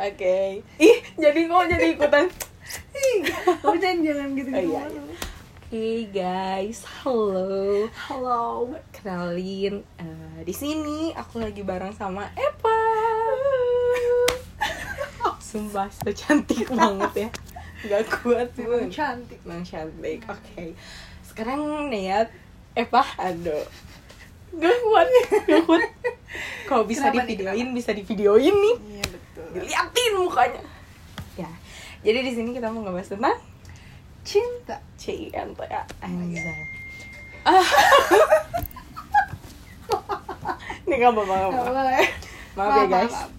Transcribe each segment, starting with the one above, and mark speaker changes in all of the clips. Speaker 1: Oke. Ih, jadi kok jadi ikutan.
Speaker 2: Udah jangan gitu
Speaker 1: Oh,
Speaker 2: gitu.
Speaker 1: iya, iya. Hey guys, halo.
Speaker 2: Hello.
Speaker 1: Kenalin, eh, di sini aku lagi bareng sama Epa. Sumpah, so cantik banget ya. Gak kuat
Speaker 2: Memang
Speaker 1: bun.
Speaker 2: cantik.
Speaker 1: Emang cantik. Oke. Sekarang niat Epa, aduh. Gak kuat, gak kuat. Kalau bisa
Speaker 2: Kenapa nih,
Speaker 1: divideoin, bisa divideoin nih.
Speaker 2: Iya betul.
Speaker 1: Diliatin mukanya. Ya. Jadi di sini kita mau ngebahas tentang
Speaker 2: Cinta.
Speaker 1: C I ya. N T A
Speaker 2: Anjay.
Speaker 1: Ini nggak apa-apa, nggak
Speaker 2: Gak
Speaker 1: apa-apa.
Speaker 2: boleh.
Speaker 1: Oh, Maaf ya
Speaker 2: Maaf,
Speaker 1: guys.
Speaker 2: maaf.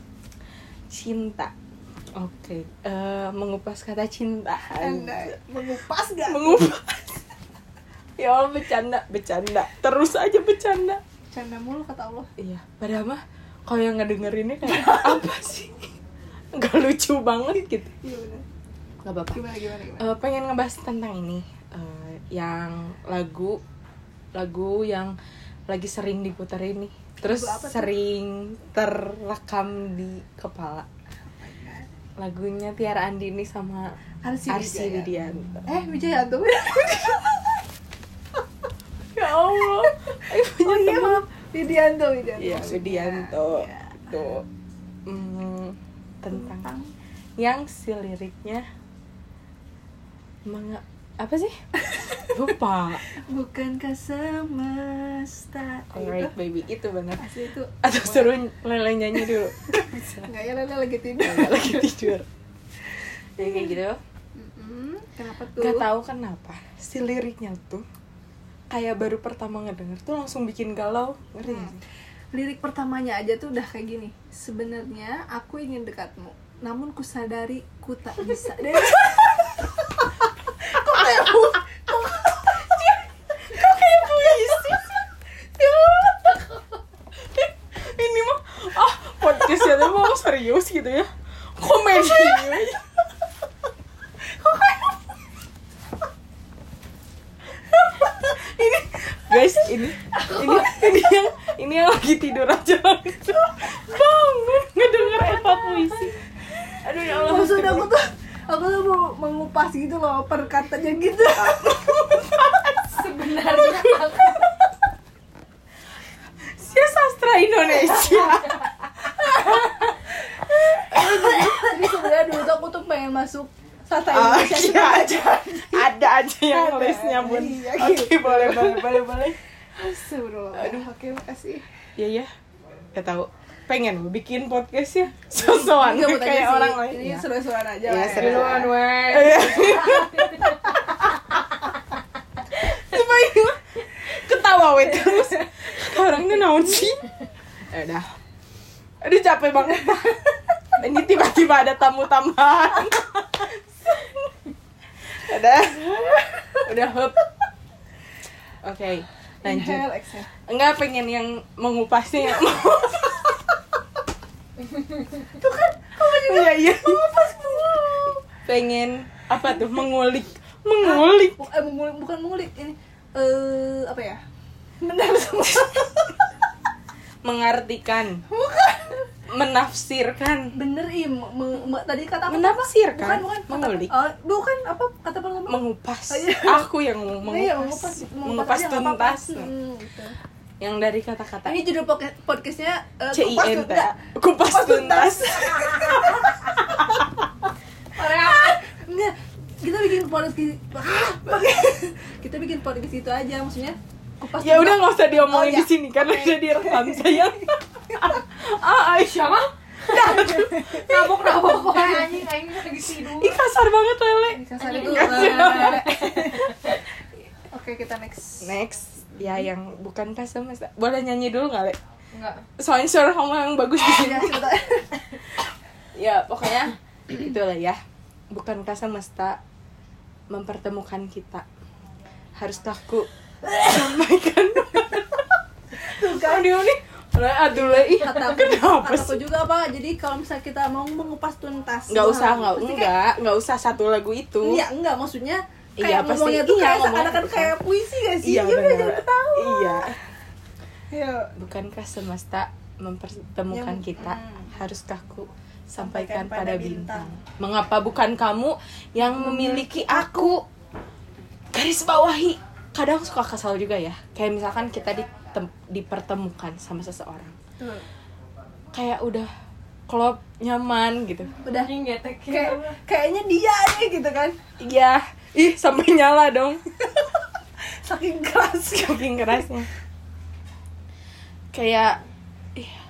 Speaker 1: Cinta. Oke. Eh, mengupas kata cinta.
Speaker 2: Anda mengupas gak?
Speaker 1: Mengupas. ya Allah bercanda, bercanda. Terus aja bercanda.
Speaker 2: Canda mulu kata Allah.
Speaker 1: Iya. Padahal mah kalau yang ngedengerinnya kayak apa sih? Gak lucu banget gitu.
Speaker 2: Iya bener.
Speaker 1: Gak apa-apa.
Speaker 2: Gimana gimana gimana.
Speaker 1: Eh, pengen ngebahas tentang ini eh, yang lagu lagu yang lagi sering diputerin nih terus
Speaker 2: Lagu apa tuh?
Speaker 1: sering terrekam di kepala lagunya Tiara Andini sama
Speaker 2: Arsi
Speaker 1: Arsi
Speaker 2: Wijaya.
Speaker 1: Widianto
Speaker 2: Eh Wijayanto.
Speaker 1: ya Allah Ayo punya
Speaker 2: Oh iya
Speaker 1: teman.
Speaker 2: maaf. Widianto Widianto.
Speaker 1: Iya,
Speaker 2: maksudnya.
Speaker 1: Widianto
Speaker 2: Iya.
Speaker 1: itu mm, tentang
Speaker 2: Tentang
Speaker 1: yang si liriknya menge- apa sih lupa
Speaker 2: bukankah semesta
Speaker 1: Alright
Speaker 2: itu
Speaker 1: baby itu benar
Speaker 2: asli itu
Speaker 1: Atau suruh Lele nyanyi dulu
Speaker 2: nggak ya Lele lagi tidur
Speaker 1: Lele lagi tidur Jadi kayak gitu
Speaker 2: Mm-mm. kenapa tuh
Speaker 1: Gak tahu kenapa Si liriknya tuh Kayak baru pertama ngedenger tuh langsung bikin galau Ngerti gak sih?
Speaker 2: lirik pertamanya aja tuh udah kayak gini sebenarnya aku ingin dekatmu namun kusadari ku tak bisa dari
Speaker 1: Kok kayak bu Kok kayak puisi sih? Ya Ini mah Ah podcastnya tuh mau serius gitu ya Komedi ini guys ini ini ini yang ini yang lagi tidur aja langsung bangun ngedenger Eva puisi aduh ya Allah
Speaker 2: maksud aku tuh aku tuh mau mengupas gitu loh per katanya gitu
Speaker 3: sebenarnya
Speaker 1: Sia sastra Indonesia
Speaker 2: tapi sebenarnya dulu tuh aku tuh pengen masuk sastra
Speaker 1: Ah,
Speaker 2: Indonesia
Speaker 1: iya aja ada aja yang lesnya bun
Speaker 2: Iya,
Speaker 1: oke boleh boleh boleh boleh
Speaker 2: Astagfirullah. Aduh, oke makasih.
Speaker 1: iya ya gak tahu pengen bikin podcast ya sosokan
Speaker 2: Ini gabut aja
Speaker 1: kayak
Speaker 2: sih.
Speaker 1: orang lain
Speaker 2: Ini
Speaker 1: Ya.
Speaker 2: seru-seruan aja.
Speaker 1: Iya,
Speaker 2: lah ya.
Speaker 1: seru-seruan. Iya. Cuma itu ketawa we terus Kata orangnya naon sih ya udah aduh capek banget ini tiba-tiba ada tamu tambahan udah udah hop oke lanjut
Speaker 2: Inhale, exhale.
Speaker 1: enggak pengen yang mengupasnya yang
Speaker 2: Tuh kan, kamu juga
Speaker 1: iya iya
Speaker 2: mengupas mulu.
Speaker 1: pengen apa tuh mengulik mengulik
Speaker 2: Bu- eh, mengulik- bukan mengulik, ini eh apa ya? Benar semua.
Speaker 1: mengartikan
Speaker 2: bukan.
Speaker 1: menafsirkan
Speaker 2: Bener iya, me- me- me- tadi kata apa? Bukan,
Speaker 1: menafsirkan
Speaker 2: bukan. Kata-
Speaker 1: kan? mengulik
Speaker 2: eh, bukan apa kata pertama?
Speaker 1: mengupas
Speaker 2: Oh, iya.
Speaker 1: aku yang mau mengupas
Speaker 2: Iya,
Speaker 1: mengupas,
Speaker 2: aja nggak apa-apa.
Speaker 1: tuntas
Speaker 2: Hmm, gitu.
Speaker 1: yang dari kata-kata
Speaker 2: Ini judul podca- podcastnya eh,
Speaker 1: C I
Speaker 2: Kupas
Speaker 1: N T
Speaker 2: Tuntas.
Speaker 1: kupas tuntas
Speaker 2: Orang enggak kita bikin podcast gitu. Ah, pakai- kita bikin podcast gitu aja maksudnya kupas
Speaker 1: ya udah
Speaker 2: tuntas.
Speaker 1: nggak usah diomongin
Speaker 2: Oh, iya.
Speaker 1: di sini karena udah direkam sayang ah Aisyah mah
Speaker 3: nabok nabok anjing anjing lagi tidur
Speaker 1: ih kasar banget lele
Speaker 2: Kasar itu.
Speaker 1: Nggak usah.
Speaker 2: eh, Oke, kita next.
Speaker 1: next ya yang bukan pas semesta boleh nyanyi dulu nggak le
Speaker 3: enggak
Speaker 1: soalnya suara kamu yang bagus di sini
Speaker 2: Ya, sebentar.
Speaker 1: ya pokoknya itulah ya bukankah semesta mempertemukan kita haruskah ku sampaikan
Speaker 2: Tuh kan.
Speaker 1: kamu nih oleh aduh Le, ih
Speaker 2: Kata aku,
Speaker 1: kenapa
Speaker 2: kata aku
Speaker 1: sih
Speaker 2: juga apa? Jadi kalau misalnya kita mau mengupas tuntas
Speaker 1: nggak
Speaker 2: semua
Speaker 1: usah
Speaker 2: hal,
Speaker 1: nggak
Speaker 2: pasti kayak-
Speaker 1: enggak nggak usah satu lagu itu
Speaker 2: Iya, enggak maksudnya kayak
Speaker 1: Iya, pasti.
Speaker 2: ngomongnya tuh
Speaker 1: Iya,
Speaker 2: kayak
Speaker 1: ngomongnya
Speaker 2: seakan-akan
Speaker 1: bagus.
Speaker 2: kayak puisi gak sih?
Speaker 1: iya
Speaker 2: udah jangan
Speaker 1: benar.
Speaker 2: ketawa.
Speaker 1: iya
Speaker 2: Ayo.
Speaker 1: bukankah semesta mempertemukan
Speaker 2: Yang-
Speaker 1: kita
Speaker 2: Hmm.
Speaker 1: haruskah ku sampaikan pada bintang. Mengapa bukan kamu yang memiliki aku? Garis bawahi. Kadang suka kesal juga ya. Kayak misalkan kita ditem- dipertemukan sama seseorang.
Speaker 2: Tuh.
Speaker 1: Kayak udah klop nyaman gitu.
Speaker 2: udah
Speaker 3: Anjing
Speaker 1: ya.
Speaker 3: getekin
Speaker 2: kayak kayaknya dia nih gitu kan
Speaker 1: Iya. Ih, sampai nyala dong.
Speaker 2: saking keras
Speaker 1: Saking kerasnya. Kayak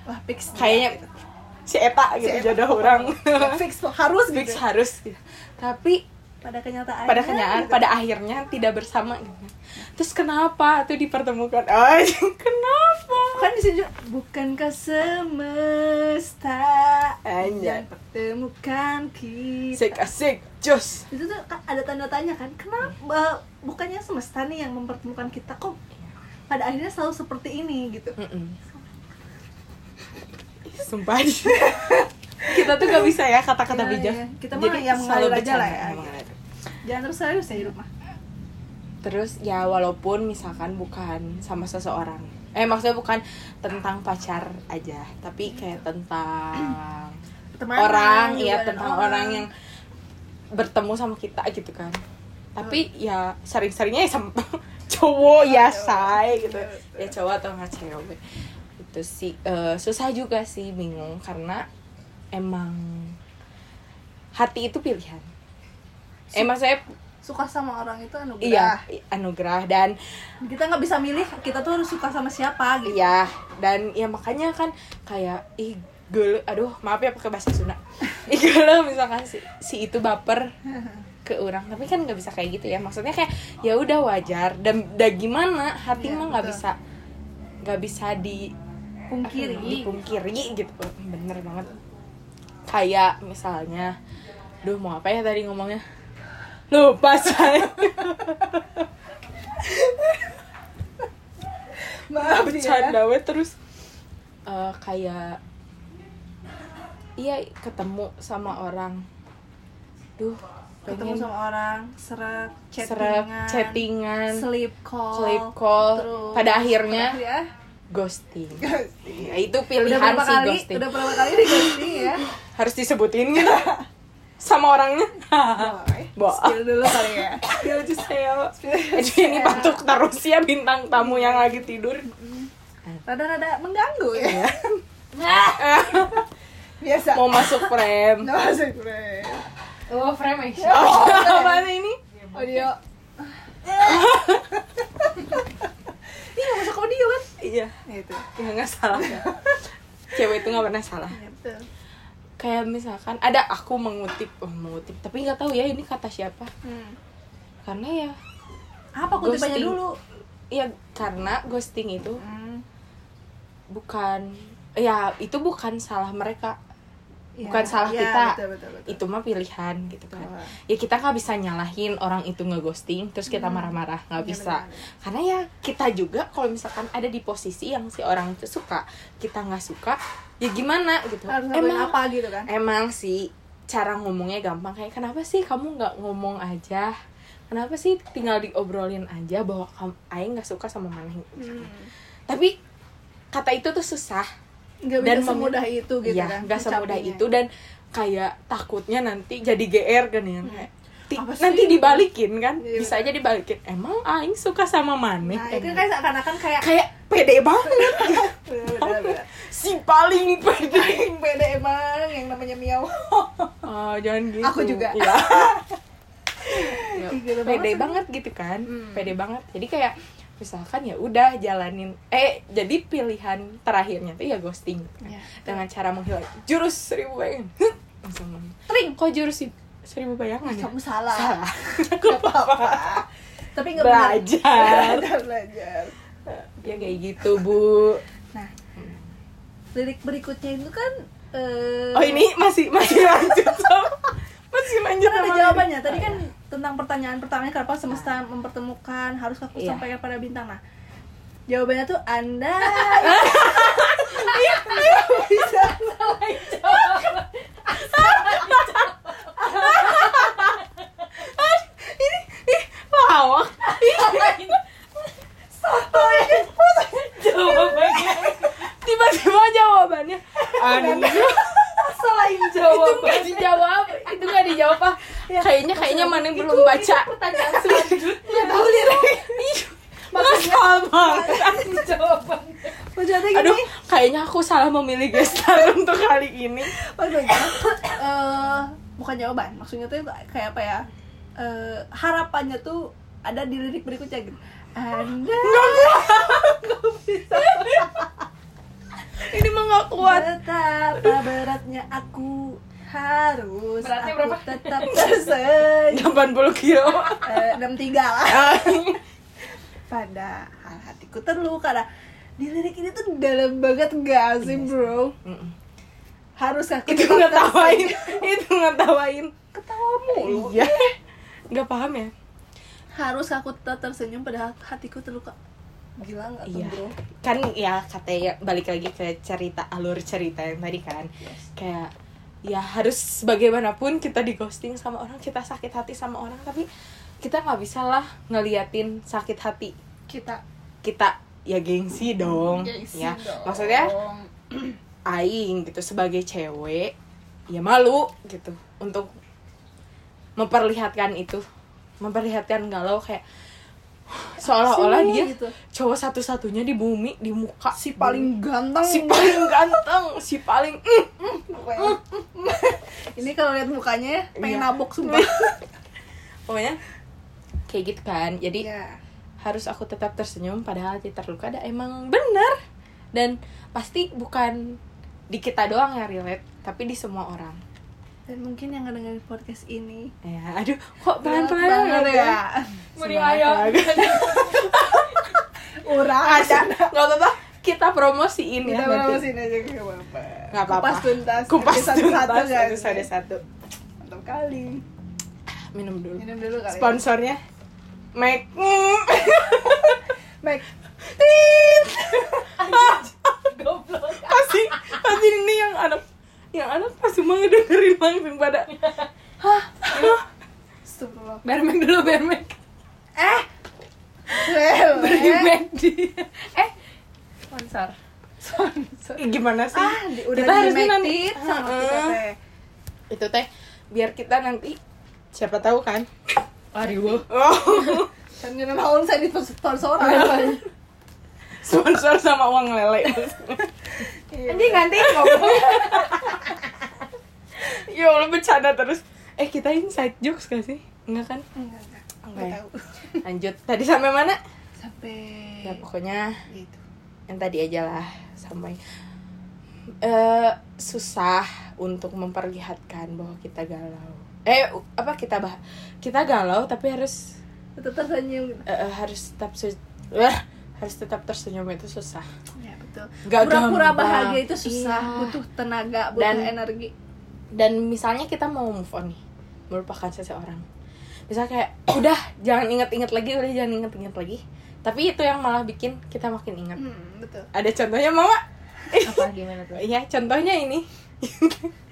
Speaker 2: wah fix
Speaker 1: kayaknya si Eta gitu
Speaker 2: Si Eta.
Speaker 1: jodoh orang.
Speaker 2: fix tuh harus
Speaker 1: Fix
Speaker 2: gitu
Speaker 1: harus. gitu. Tapi
Speaker 2: pada kenyataan
Speaker 1: pada kenyataan
Speaker 2: gitu.
Speaker 1: pada akhirnya tidak bersama gitu. terus kenapa tuh dipertemukan Ay, kenapa
Speaker 2: kan di sini juga, bukankah semesta
Speaker 1: Anjay.
Speaker 2: yang pertemukan kita
Speaker 1: asik asik jos
Speaker 2: itu tuh kan ada tanda tanya kan kenapa bukannya semesta nih yang mempertemukan kita kok pada akhirnya selalu seperti ini gitu
Speaker 1: Mm-mm. sumpah kita tuh gak bisa ya kata-kata
Speaker 2: Iya,
Speaker 1: bijak
Speaker 2: iya. Kita mah
Speaker 1: selalu
Speaker 2: ya mengalir aja lah
Speaker 1: bercanda,
Speaker 2: ya,
Speaker 1: mengalir.
Speaker 2: jangan terus serius ya di rumah
Speaker 1: terus ya walaupun misalkan bukan sama seseorang eh maksudnya bukan tentang pacar aja tapi kayak tentang
Speaker 2: Pertemanan
Speaker 1: orang
Speaker 2: juga
Speaker 1: ya
Speaker 2: dan
Speaker 1: tentang orang. yang bertemu sama kita gitu kan tapi ya sering-seringnya ya sama cowok ya say gitu ya cowok atau nggak cewek itu sih eh, susah juga sih bingung karena emang hati itu pilihan emang saya
Speaker 2: suka sama orang itu anugerah
Speaker 1: iya anugerah dan
Speaker 2: kita nggak bisa milih kita tuh harus suka sama siapa gitu
Speaker 1: Iya, dan ya makanya kan kayak ih geuleuh, aduh maaf ya pakai bahasa Sunda. Ih geuleuh misalkan si, si itu baper ke orang, tapi kan nggak bisa kayak gitu ya. Maksudnya kayak ya udah wajar dan dan gimana hati
Speaker 2: Iya,
Speaker 1: mah nggak
Speaker 2: betul.
Speaker 1: bisa nggak bisa di
Speaker 2: pungkiri
Speaker 1: dipungkiri gitu. Bener banget. Kayak misalnya, duh mau apa ya tadi ngomongnya? Lupa saya.
Speaker 2: maaf ya.
Speaker 1: bercanda we terus eh, kayak iya ketemu sama orang duh
Speaker 2: ketemu
Speaker 1: pengen
Speaker 2: sama orang seret
Speaker 1: serap
Speaker 2: chattingan
Speaker 1: chattingan
Speaker 2: sleep call
Speaker 1: clip call
Speaker 2: terus-
Speaker 1: pada akhirnya
Speaker 2: ya
Speaker 1: ghosting ya, itu
Speaker 2: Iya, udah
Speaker 1: pilihan
Speaker 2: berapa
Speaker 1: sih
Speaker 2: kali
Speaker 1: ghosting
Speaker 2: udah berapa kali di ghosting ya
Speaker 1: harus disebutin gitu sama orangnya Boy.
Speaker 2: Boy, spill dulu kali ya
Speaker 1: ya lucu saya Aduh, ini batuk terus ya bintang tamu yang lagi tidur
Speaker 2: rada-rada mengganggu ya biasa
Speaker 1: Iya. Eh, mau masuk frame
Speaker 2: nggak masuk friend
Speaker 3: Oh, frame action.
Speaker 1: oh, apaan ini
Speaker 2: audio ini nggak masuk audio kan
Speaker 1: iya
Speaker 2: gitu
Speaker 1: ya nggak salah cewek itu nggak pernah salah
Speaker 2: Ya, betul.
Speaker 1: kayak misalkan ada aku mengutip oh, mengutip tapi nggak tahu ya ini kata siapa
Speaker 2: Hmm.
Speaker 1: karena ya
Speaker 2: apa kutipannya
Speaker 1: Ghosting.
Speaker 2: dulu
Speaker 1: ya karena ghosting itu bukan ya itu bukan salah mereka
Speaker 2: Ya,
Speaker 1: Bukan salah
Speaker 2: ya,
Speaker 1: kita.
Speaker 2: betul, betul, betul.
Speaker 1: itu mah pilihan gitu kan
Speaker 2: Betul.
Speaker 1: ya kita nggak bisa nyalahin orang itu ngeghosting terus kita marah-marah nggak
Speaker 2: Iya,
Speaker 1: bisa karena ya kita juga kalau misalkan ada di posisi yang si orang itu suka kita nggak suka ya gimana gitu
Speaker 2: harus ngapain apa gitu kan
Speaker 1: emang sih cara ngomongnya gampang kayak kenapa sih kamu nggak ngomong aja kenapa sih tinggal diobrolin aja bahwa kamu Aing nggak suka sama Maneh
Speaker 2: Hmm.
Speaker 1: Hmm. tapi kata itu tuh susah
Speaker 2: nggak
Speaker 1: Dan
Speaker 2: bisa semudah itu gitu
Speaker 1: Iya,
Speaker 2: kan
Speaker 1: nggak semudah
Speaker 2: ucapinnya.
Speaker 1: itu dan kayak takutnya nanti jadi GR kan ya kayak, "Ti-
Speaker 2: Hmm. Apa sih?"
Speaker 1: nanti dibalikin kan
Speaker 2: Iya,
Speaker 1: bisa aja dibalikin emang Aing suka sama Maneh
Speaker 2: nah itu kan kayak seakan-akan kayak
Speaker 1: kayak pede banget
Speaker 2: Bener-bener.
Speaker 1: si paling pede
Speaker 2: yang beda emang yang namanya miau
Speaker 1: Ah, jangan gitu.
Speaker 2: Aku juga.
Speaker 1: Iya. Ya,
Speaker 2: Ih, gila banget
Speaker 1: pede
Speaker 2: sih.
Speaker 1: banget gitu kan.
Speaker 2: Hmm.
Speaker 1: Pede banget. Jadi kayak misalkan ya udah jalanin eh jadi pilihan terakhirnya tuh ya ghosting gitu kan.
Speaker 2: Ya.
Speaker 1: dengan cara menghilang jurus seribu bayangan langsung ngomong, tring kok jurus si- seribu bayangan ya
Speaker 2: kamu salah,
Speaker 1: salah
Speaker 2: Nggak apa-apa tapi nggak
Speaker 1: belajar
Speaker 2: benar belajar
Speaker 1: ya kayak gitu bu
Speaker 2: nah
Speaker 1: Hmm.
Speaker 2: lirik berikutnya itu kan eh,
Speaker 1: oh ini masih masih lanjut sama- masih lanjut
Speaker 2: kan ada
Speaker 1: sama-
Speaker 2: jawabannya tadi
Speaker 1: Oh,
Speaker 2: kan
Speaker 1: iya.
Speaker 2: tentang pertanyaan pertamanya kenapa semesta mempertemukan harus aku
Speaker 1: Ah. Iya.
Speaker 2: sampaikan pada bintang nah jawabannya tuh anda
Speaker 1: ini ih lawak
Speaker 3: Jawabannya.
Speaker 1: tiba-tiba jawabannya anda
Speaker 2: salah injak
Speaker 1: itu
Speaker 3: dijawab
Speaker 1: nggak dijawab
Speaker 3: Ya,
Speaker 1: itu nggak dijawab ah kayaknya kayaknya mana yang belum baca
Speaker 3: itu pertanyaan selanjutnya
Speaker 1: tahu lirik Nggak sama
Speaker 3: jawaban
Speaker 2: maksudnya gini
Speaker 1: aduh kayaknya aku salah memilih gestar untuk kali ini
Speaker 2: maksudnya eh, bukan jawaban maksudnya tuh kayak apa ya Eh, harapannya tuh ada di lirik berikutnya gitu anda
Speaker 1: ini mah nggak kuat
Speaker 2: betapa beratnya aku harus
Speaker 3: Beratnya
Speaker 2: aku
Speaker 3: berapa?
Speaker 2: tetap tersenyum
Speaker 1: 80 kilo
Speaker 2: Eh, enam tiga lah
Speaker 1: Ah,
Speaker 2: pada hal hatiku terluka karena di lirik ini tuh dalam banget gak sih bro
Speaker 1: Mm-mm.
Speaker 2: harus
Speaker 1: Iya
Speaker 2: aku
Speaker 1: itu
Speaker 2: tetap
Speaker 1: ngetawain itu ngetawain
Speaker 2: ketawa mulu
Speaker 1: iya nggak paham ya
Speaker 2: harus aku tetap tersenyum padahal hatiku terluka gila nggak tuh
Speaker 1: Iya.
Speaker 2: bro
Speaker 1: kan ya katanya balik lagi ke cerita alur cerita yang tadi kan kayak ya harus bagaimanapun kita di ghosting sama orang kita sakit hati sama orang tapi kita nggak bisa lah ngeliatin sakit hati
Speaker 2: kita
Speaker 1: kita ya gengsi dong ya maksudnya aing gitu sebagai cewek ya malu gitu untuk memperlihatkan itu memperlihatkan galau kayak seolah-olah
Speaker 2: Sini,
Speaker 1: dia
Speaker 2: gitu.
Speaker 1: cowok satu-satunya di bumi di muka
Speaker 2: si paling ganteng
Speaker 1: si paling ganteng si paling mm,
Speaker 2: Pokoknya. ini kalau lihat mukanya ya pengen
Speaker 1: Iya.
Speaker 2: nabok sumpah
Speaker 1: pokoknya kayak gitu kan jadi
Speaker 2: iya
Speaker 1: harus aku tetap tersenyum padahal hati terluka ada emang bener dan pasti bukan di kita doang yang relate tapi di semua orang
Speaker 2: dan mungkin yang ngedengerin podcast ini
Speaker 1: ya aduh kok
Speaker 2: berat
Speaker 1: pelan-pelan
Speaker 2: banget ya
Speaker 3: Muri ayam
Speaker 2: urang
Speaker 1: aja nggak apa-apa kita promosiin
Speaker 2: kita
Speaker 1: ya
Speaker 2: mau
Speaker 1: nanti
Speaker 2: sini aja nggak apa-apa
Speaker 1: nggak apa-apa
Speaker 2: kupas tuntas
Speaker 1: kupas
Speaker 2: satu satu
Speaker 1: tuntas
Speaker 2: guys
Speaker 1: episode satu
Speaker 2: mantap kali
Speaker 1: minum dulu
Speaker 2: minum dulu kali ya.
Speaker 1: sponsornya make Mm.
Speaker 2: Mike
Speaker 1: Tit.
Speaker 3: goblok
Speaker 1: pasti pasti ini yang anak yang anak pas cuma ngedengerin langsung pada
Speaker 2: Astagfirullah.
Speaker 1: bermek dulu bermek
Speaker 2: eh well
Speaker 1: beri
Speaker 2: eh.
Speaker 1: Mac di
Speaker 3: eh sponsor sponsor
Speaker 1: gimana sih
Speaker 2: ah di, udah
Speaker 1: kita
Speaker 2: di
Speaker 1: harus Ah.
Speaker 2: make
Speaker 1: nanti
Speaker 2: tit sama kita
Speaker 1: Heeh.
Speaker 2: teh
Speaker 1: itu teh biar kita nanti siapa tahu kan
Speaker 3: Ariwo
Speaker 1: oh
Speaker 2: kan nggak mau saya di
Speaker 1: Ah.
Speaker 2: sponsoran
Speaker 1: sponsor sama uang lele
Speaker 2: Anjing
Speaker 1: ganti ya Allah bercanda terus eh kita inside jokes gak sih enggak kan
Speaker 2: enggak enggak
Speaker 1: Enggak
Speaker 2: enggak
Speaker 1: ya?
Speaker 2: tahu
Speaker 1: lanjut tadi sampai mana
Speaker 2: sampai
Speaker 1: ya
Speaker 2: Iya.
Speaker 1: pokoknya
Speaker 2: gitu
Speaker 1: yang tadi aja lah sampai eh susah untuk memperlihatkan bahwa kita galau eh u- apa kita bah kita galau tapi harus
Speaker 2: tetap tersenyum gitu.
Speaker 1: eh, eh, harus tetap se- eh, harus tetap tersenyum itu susah
Speaker 2: ya betul
Speaker 1: Nggak
Speaker 2: pura-pura
Speaker 1: gampang.
Speaker 2: bahagia itu susah
Speaker 1: Iya.
Speaker 2: butuh tenaga butuh
Speaker 1: Dan-
Speaker 2: energi
Speaker 1: dan misalnya kita mau move on nih melupakan seseorang misalnya kayak udah jangan inget-inget lagi udah jangan inget-inget lagi tapi itu yang malah bikin kita makin ingat
Speaker 2: hmm, betul
Speaker 1: ada contohnya mama
Speaker 3: apa gimana tuh
Speaker 1: iya contohnya ini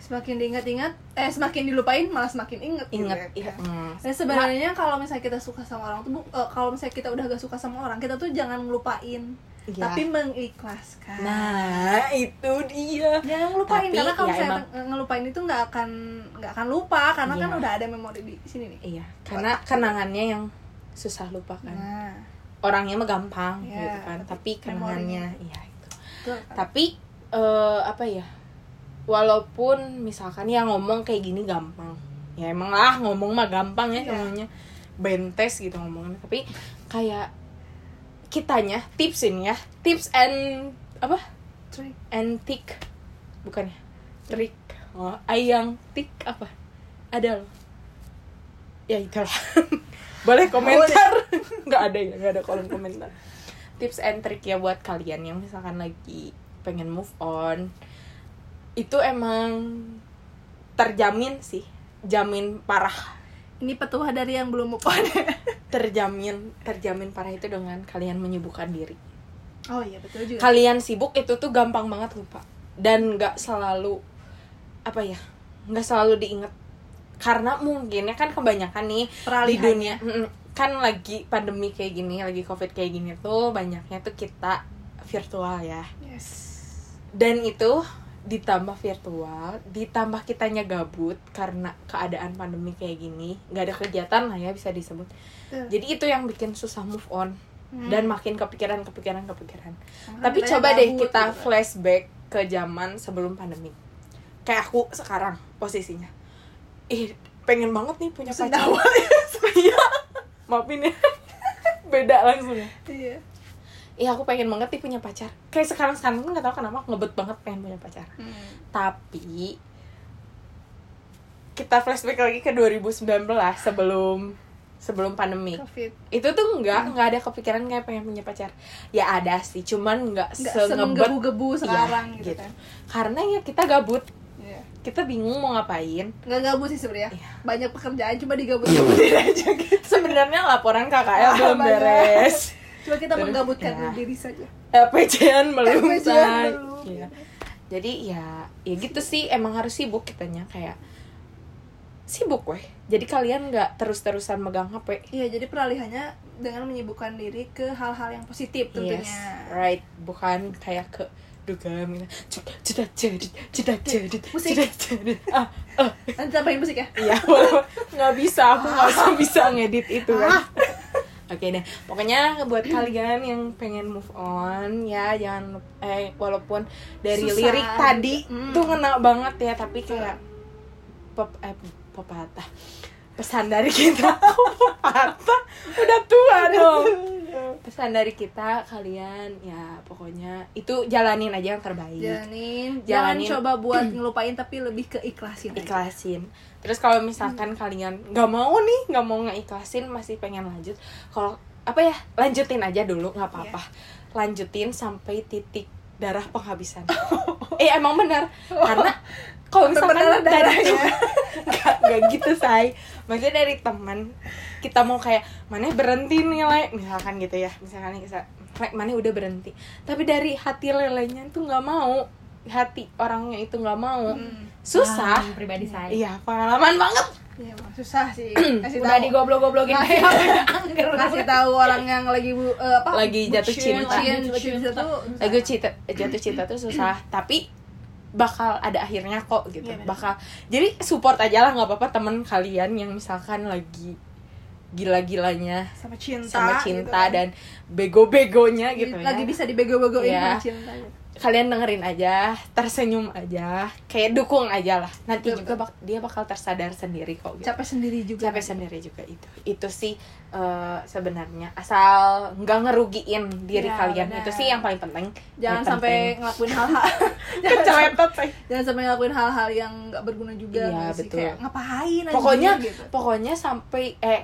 Speaker 2: semakin diingat-ingat eh semakin dilupain malah semakin inget gitu
Speaker 1: inget
Speaker 2: ya.
Speaker 1: iya. Hmm.
Speaker 2: Dan sebenarnya kalau misalnya kita suka sama orang tuh bu- eh, kalau misalnya kita udah gak suka sama orang kita tuh jangan ngelupain
Speaker 1: Iya.
Speaker 2: tapi mengikhlaskan
Speaker 1: Nah, itu dia.
Speaker 2: jangan ngelupain
Speaker 1: Tapi,
Speaker 2: karena kalau
Speaker 1: ya
Speaker 2: misalnya
Speaker 1: emang-
Speaker 2: te- ngelupain itu nggak akan nggak akan lupa karena kan
Speaker 1: Iya.
Speaker 2: udah ada memori di sini nih
Speaker 1: Iya, karena kenangannya yang susah lupakan.
Speaker 2: nah
Speaker 1: Orangnya mah gampang
Speaker 2: Iya,
Speaker 1: gitu kan, tapi
Speaker 2: tapi
Speaker 1: kenangannya iya itu.
Speaker 2: betul
Speaker 1: Tapi eh, apa ya? Walaupun misalkan ya ngomong kayak gini gampang. Ya emang lah ngomong mah gampang ya
Speaker 2: Iya.
Speaker 1: semuanya. Bentes gitu ngomongnya, tapi kayak kitanya tips ini ya. Tips and apa?
Speaker 2: Tri-
Speaker 1: antik bukan ya trik oh, ayang tik apa ada loh ya itulah boleh komentar nggak ada ya nggak ada kolom komentar tips and trick ya buat kalian yang misalkan lagi pengen move on itu emang terjamin sih jamin parah
Speaker 2: ini petuah dari yang belum move on
Speaker 1: terjamin terjamin parah itu dengan kalian menyibukkan diri
Speaker 2: oh iya betul juga
Speaker 1: kalian sibuk itu tuh gampang banget lupa dan nggak selalu apa ya nggak selalu diingat karena mungkin ya kan kebanyakan nih di
Speaker 2: Peralihan.
Speaker 1: dunia Mm-mm. kan lagi pandemi kayak gini lagi covid kayak gini tuh banyaknya tuh kita virtual ya
Speaker 2: yes
Speaker 1: dan itu ditambah virtual ditambah kitanya gabut karena keadaan pandemi kayak gini nggak ada kegiatan lah ya bisa disebut
Speaker 2: Betul. Hmm.
Speaker 1: jadi itu yang bikin susah move on dan makin kepikiran kepikiran kepikiran
Speaker 2: Karena
Speaker 1: tapi
Speaker 2: kita
Speaker 1: coba deh
Speaker 2: gabut
Speaker 1: kita
Speaker 2: gitu kan.
Speaker 1: flashback ke zaman sebelum pandemi kayak aku sekarang posisinya ih pengen banget nih punya pacar
Speaker 2: Sendawa.
Speaker 1: iya maafin ya beda langsung ya
Speaker 2: Iya.
Speaker 1: Iya aku pengen banget nih punya pacar Kayak sekarang sekarang pun gak tau kenapa aku ngebet banget pengen punya pacar
Speaker 2: Hmm.
Speaker 1: Tapi Kita flashback lagi ke 2019 sebelum Sebelum pandemi
Speaker 2: Covid.
Speaker 1: Itu tuh
Speaker 2: Hmm.
Speaker 1: nggak nggak ada kepikiran kayak pengen punya pacar Ya ada sih cuman nggak
Speaker 2: Nggak
Speaker 1: sengebet
Speaker 2: semenggebu-gebu
Speaker 1: Iya,
Speaker 2: sekarang gitu, kan.
Speaker 1: Karena ya kita gabut
Speaker 2: Iya.
Speaker 1: Kita bingung mau ngapain
Speaker 2: Nggak gabut sih sebenarnya.
Speaker 1: Iya.
Speaker 2: Banyak pekerjaan cuma digabut-gabutin aja gitu.
Speaker 1: Sebenarnya laporan KKL belum
Speaker 2: Bener.
Speaker 1: beres
Speaker 2: Cuma kita
Speaker 1: Terus,
Speaker 2: menggabutkan
Speaker 1: iya.
Speaker 2: diri saja.
Speaker 1: LPJN belum
Speaker 2: LPJN
Speaker 1: say.
Speaker 2: belum.
Speaker 1: Iya. Jadi ya ya gitu sih emang harus sibuk kitanya kayak sibuk weh. Jadi kalian nggak terus-terusan megang HP.
Speaker 2: Iya, jadi peralihannya dengan menyibukkan diri ke hal-hal yang positif tentunya.
Speaker 1: Yes, right. Bukan kayak ke duga cita jadi cita jadi
Speaker 2: Musik.
Speaker 1: cita jadi ah ah
Speaker 2: Nanti tambahin musik ya.
Speaker 1: iya walau- nggak bisa aku nggak usah bisa ngedit itu kan oke deh pokoknya buat kalian yang pengen move on ya jangan lup- eh walaupun dari
Speaker 2: Susah
Speaker 1: lirik
Speaker 2: gitu.
Speaker 1: tadi
Speaker 2: Hmm.
Speaker 1: tuh ngena banget ya tapi kayak
Speaker 2: Betul.
Speaker 1: pep eh, pepatah pesan dari kita pepatah udah tua dong pesan dari kita kalian ya pokoknya itu jalanin aja yang terbaik
Speaker 2: Ya. Jalanin, jangan
Speaker 1: Iya. Jalanin.
Speaker 2: coba buat ngelupain tapi lebih ke ikhlasin. aja.
Speaker 1: ikhlasin terus kalau misalkan kalian nggak mau nih nggak mau ngeikhlasin masih pengen lanjut kalau apa ya lanjutin aja dulu
Speaker 2: Iya.
Speaker 1: nggak apa-apa lanjutin sampai titik darah penghabisan eh emang benar karena kalau misalkan
Speaker 2: Beneran
Speaker 1: dari
Speaker 2: Oh. darahnya.
Speaker 1: teman nggak nggak gitu say maksudnya dari teman kita mau kayak mana berhenti nih Le?" misalkan gitu ya misalkan nih, kita, le mana udah berhenti tapi dari hati lelenya tuh nggak mau hati orangnya itu nggak mau
Speaker 2: Hmm.
Speaker 1: susah
Speaker 3: Pengalaman Ah, pribadi saya
Speaker 1: Iya, pengalaman banget.
Speaker 2: Iya, Bang. susah sih. Kasih
Speaker 3: udah
Speaker 2: tahu.
Speaker 3: digoblok-goblokin
Speaker 2: Nah,
Speaker 3: kayak
Speaker 2: kasih tahu orang yang lagi bu, eh, apa?
Speaker 1: Lagi jatuh
Speaker 2: bucin,
Speaker 1: cinta.
Speaker 2: bucin,
Speaker 3: Bucin.
Speaker 2: bucin itu
Speaker 1: Lagu cita, jatuh cinta tuh susah, tapi bakal ada akhirnya kok gitu.
Speaker 2: Iya, benar.
Speaker 1: bakal. Jadi support aja lah nggak apa-apa teman kalian yang misalkan lagi gila-gilanya
Speaker 2: sama cinta,
Speaker 1: sama
Speaker 2: gitu
Speaker 1: cinta
Speaker 2: kan.
Speaker 1: dan bego-begonya gitu ya.
Speaker 2: lagi bisa dibego-begoin
Speaker 1: Iya.
Speaker 2: sama cinta. gitu.
Speaker 1: Kalian dengerin aja, tersenyum aja, kayak dukung aja lah. Nanti
Speaker 2: Betul,
Speaker 1: juga bak- dia bakal tersadar sendiri kok gitu.
Speaker 2: Capek sendiri juga. kan.
Speaker 1: capek sendiri juga itu itu sih eh, sebenarnya asal nggak ngerugiin diri
Speaker 2: Ya,
Speaker 1: kalian
Speaker 2: benar.
Speaker 1: itu sih yang paling penting
Speaker 2: Jangan
Speaker 1: Yang
Speaker 2: sampai
Speaker 1: penting.
Speaker 2: ngelakuin hal-hal
Speaker 1: Kan
Speaker 2: jangan sampai-
Speaker 1: kecelepet Teh.
Speaker 2: jangan sampai ngelakuin hal-hal yang nggak berguna juga
Speaker 1: Iya,
Speaker 2: nggak sih?
Speaker 1: betul.
Speaker 2: kayak ngapain aja
Speaker 1: pokoknya
Speaker 2: gitu.
Speaker 1: pokoknya sampai eh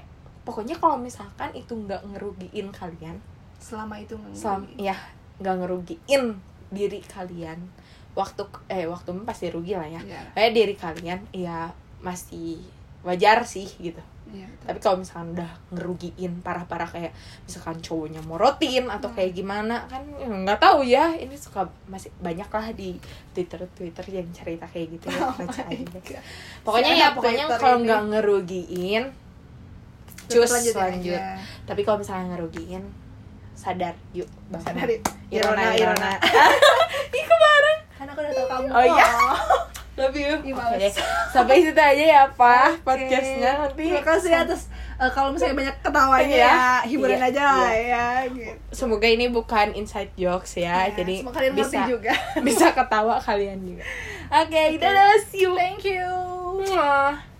Speaker 1: pokoknya kalau misalkan itu nggak ngerugiin kalian
Speaker 2: selama itu nggak gitu.
Speaker 1: selam
Speaker 2: ngerugiin.
Speaker 1: ya nggak ngerugiin diri kalian waktu eh waktu pasti rugi lah ya
Speaker 2: Iya,
Speaker 1: kayak diri kalian ya masih wajar sih gitu
Speaker 2: iya, betul.
Speaker 1: tapi kalau misalkan udah ngerugiin parah-parah kayak misalkan cowoknya morotin atau
Speaker 2: Hmm.
Speaker 1: kayak gimana kan ya nggak tahu ya ini suka masih banyak lah di twitter twitter yang cerita kayak gitu ya
Speaker 2: Oh
Speaker 1: baca
Speaker 2: my
Speaker 1: aja.
Speaker 2: God.
Speaker 1: pokoknya
Speaker 2: Si
Speaker 1: ya
Speaker 2: anak
Speaker 1: pokoknya
Speaker 2: Twitter
Speaker 1: kalau
Speaker 2: ini. ya,
Speaker 1: nggak ngerugiin
Speaker 2: Tetep
Speaker 1: cus
Speaker 2: lanjutin aja.
Speaker 1: lanjut tapi kalau misalnya ngerugiin sadar yuk bangun.
Speaker 2: Sadar, yuk.
Speaker 1: Irona
Speaker 2: Irona,
Speaker 1: Irona
Speaker 2: Irona.
Speaker 1: Ih, kemarin
Speaker 2: karena aku udah tahu kamu
Speaker 1: Oh, iya.
Speaker 2: kok.
Speaker 1: love you
Speaker 2: Ih,
Speaker 1: Oke
Speaker 2: males.
Speaker 1: deh. sampai situ aja ya pak
Speaker 2: Oke.
Speaker 1: podcastnya nanti
Speaker 2: terima kasih atas eh, kalau misalnya banyak ketawanya
Speaker 1: Iya.
Speaker 2: ya hiburan
Speaker 1: Iya,
Speaker 2: aja lah ya gitu
Speaker 1: semoga ini bukan inside jokes ya,
Speaker 2: Ya,
Speaker 1: jadi
Speaker 2: semoga kalian ngerti
Speaker 1: bisa
Speaker 2: juga.
Speaker 1: bisa ketawa kalian juga oke dadah see you
Speaker 2: thank you
Speaker 1: Mwah.